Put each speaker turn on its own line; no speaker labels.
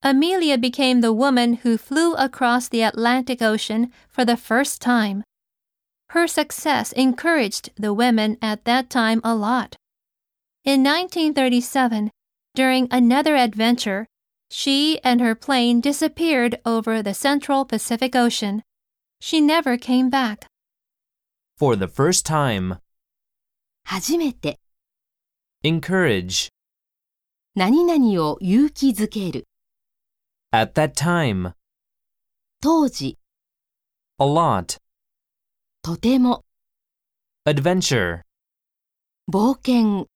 Amelia became the woman who flew across the Atlantic Ocean for the first time. Her success encouraged the women at that time a lot. In 1937, during another adventure, she and her plane disappeared over the central Pacific Ocean. She never came back.
For the first time,
初めて
encourage.
何々を勇気づける
At that time,
当時
a lot.
とても
Adventure.
冒険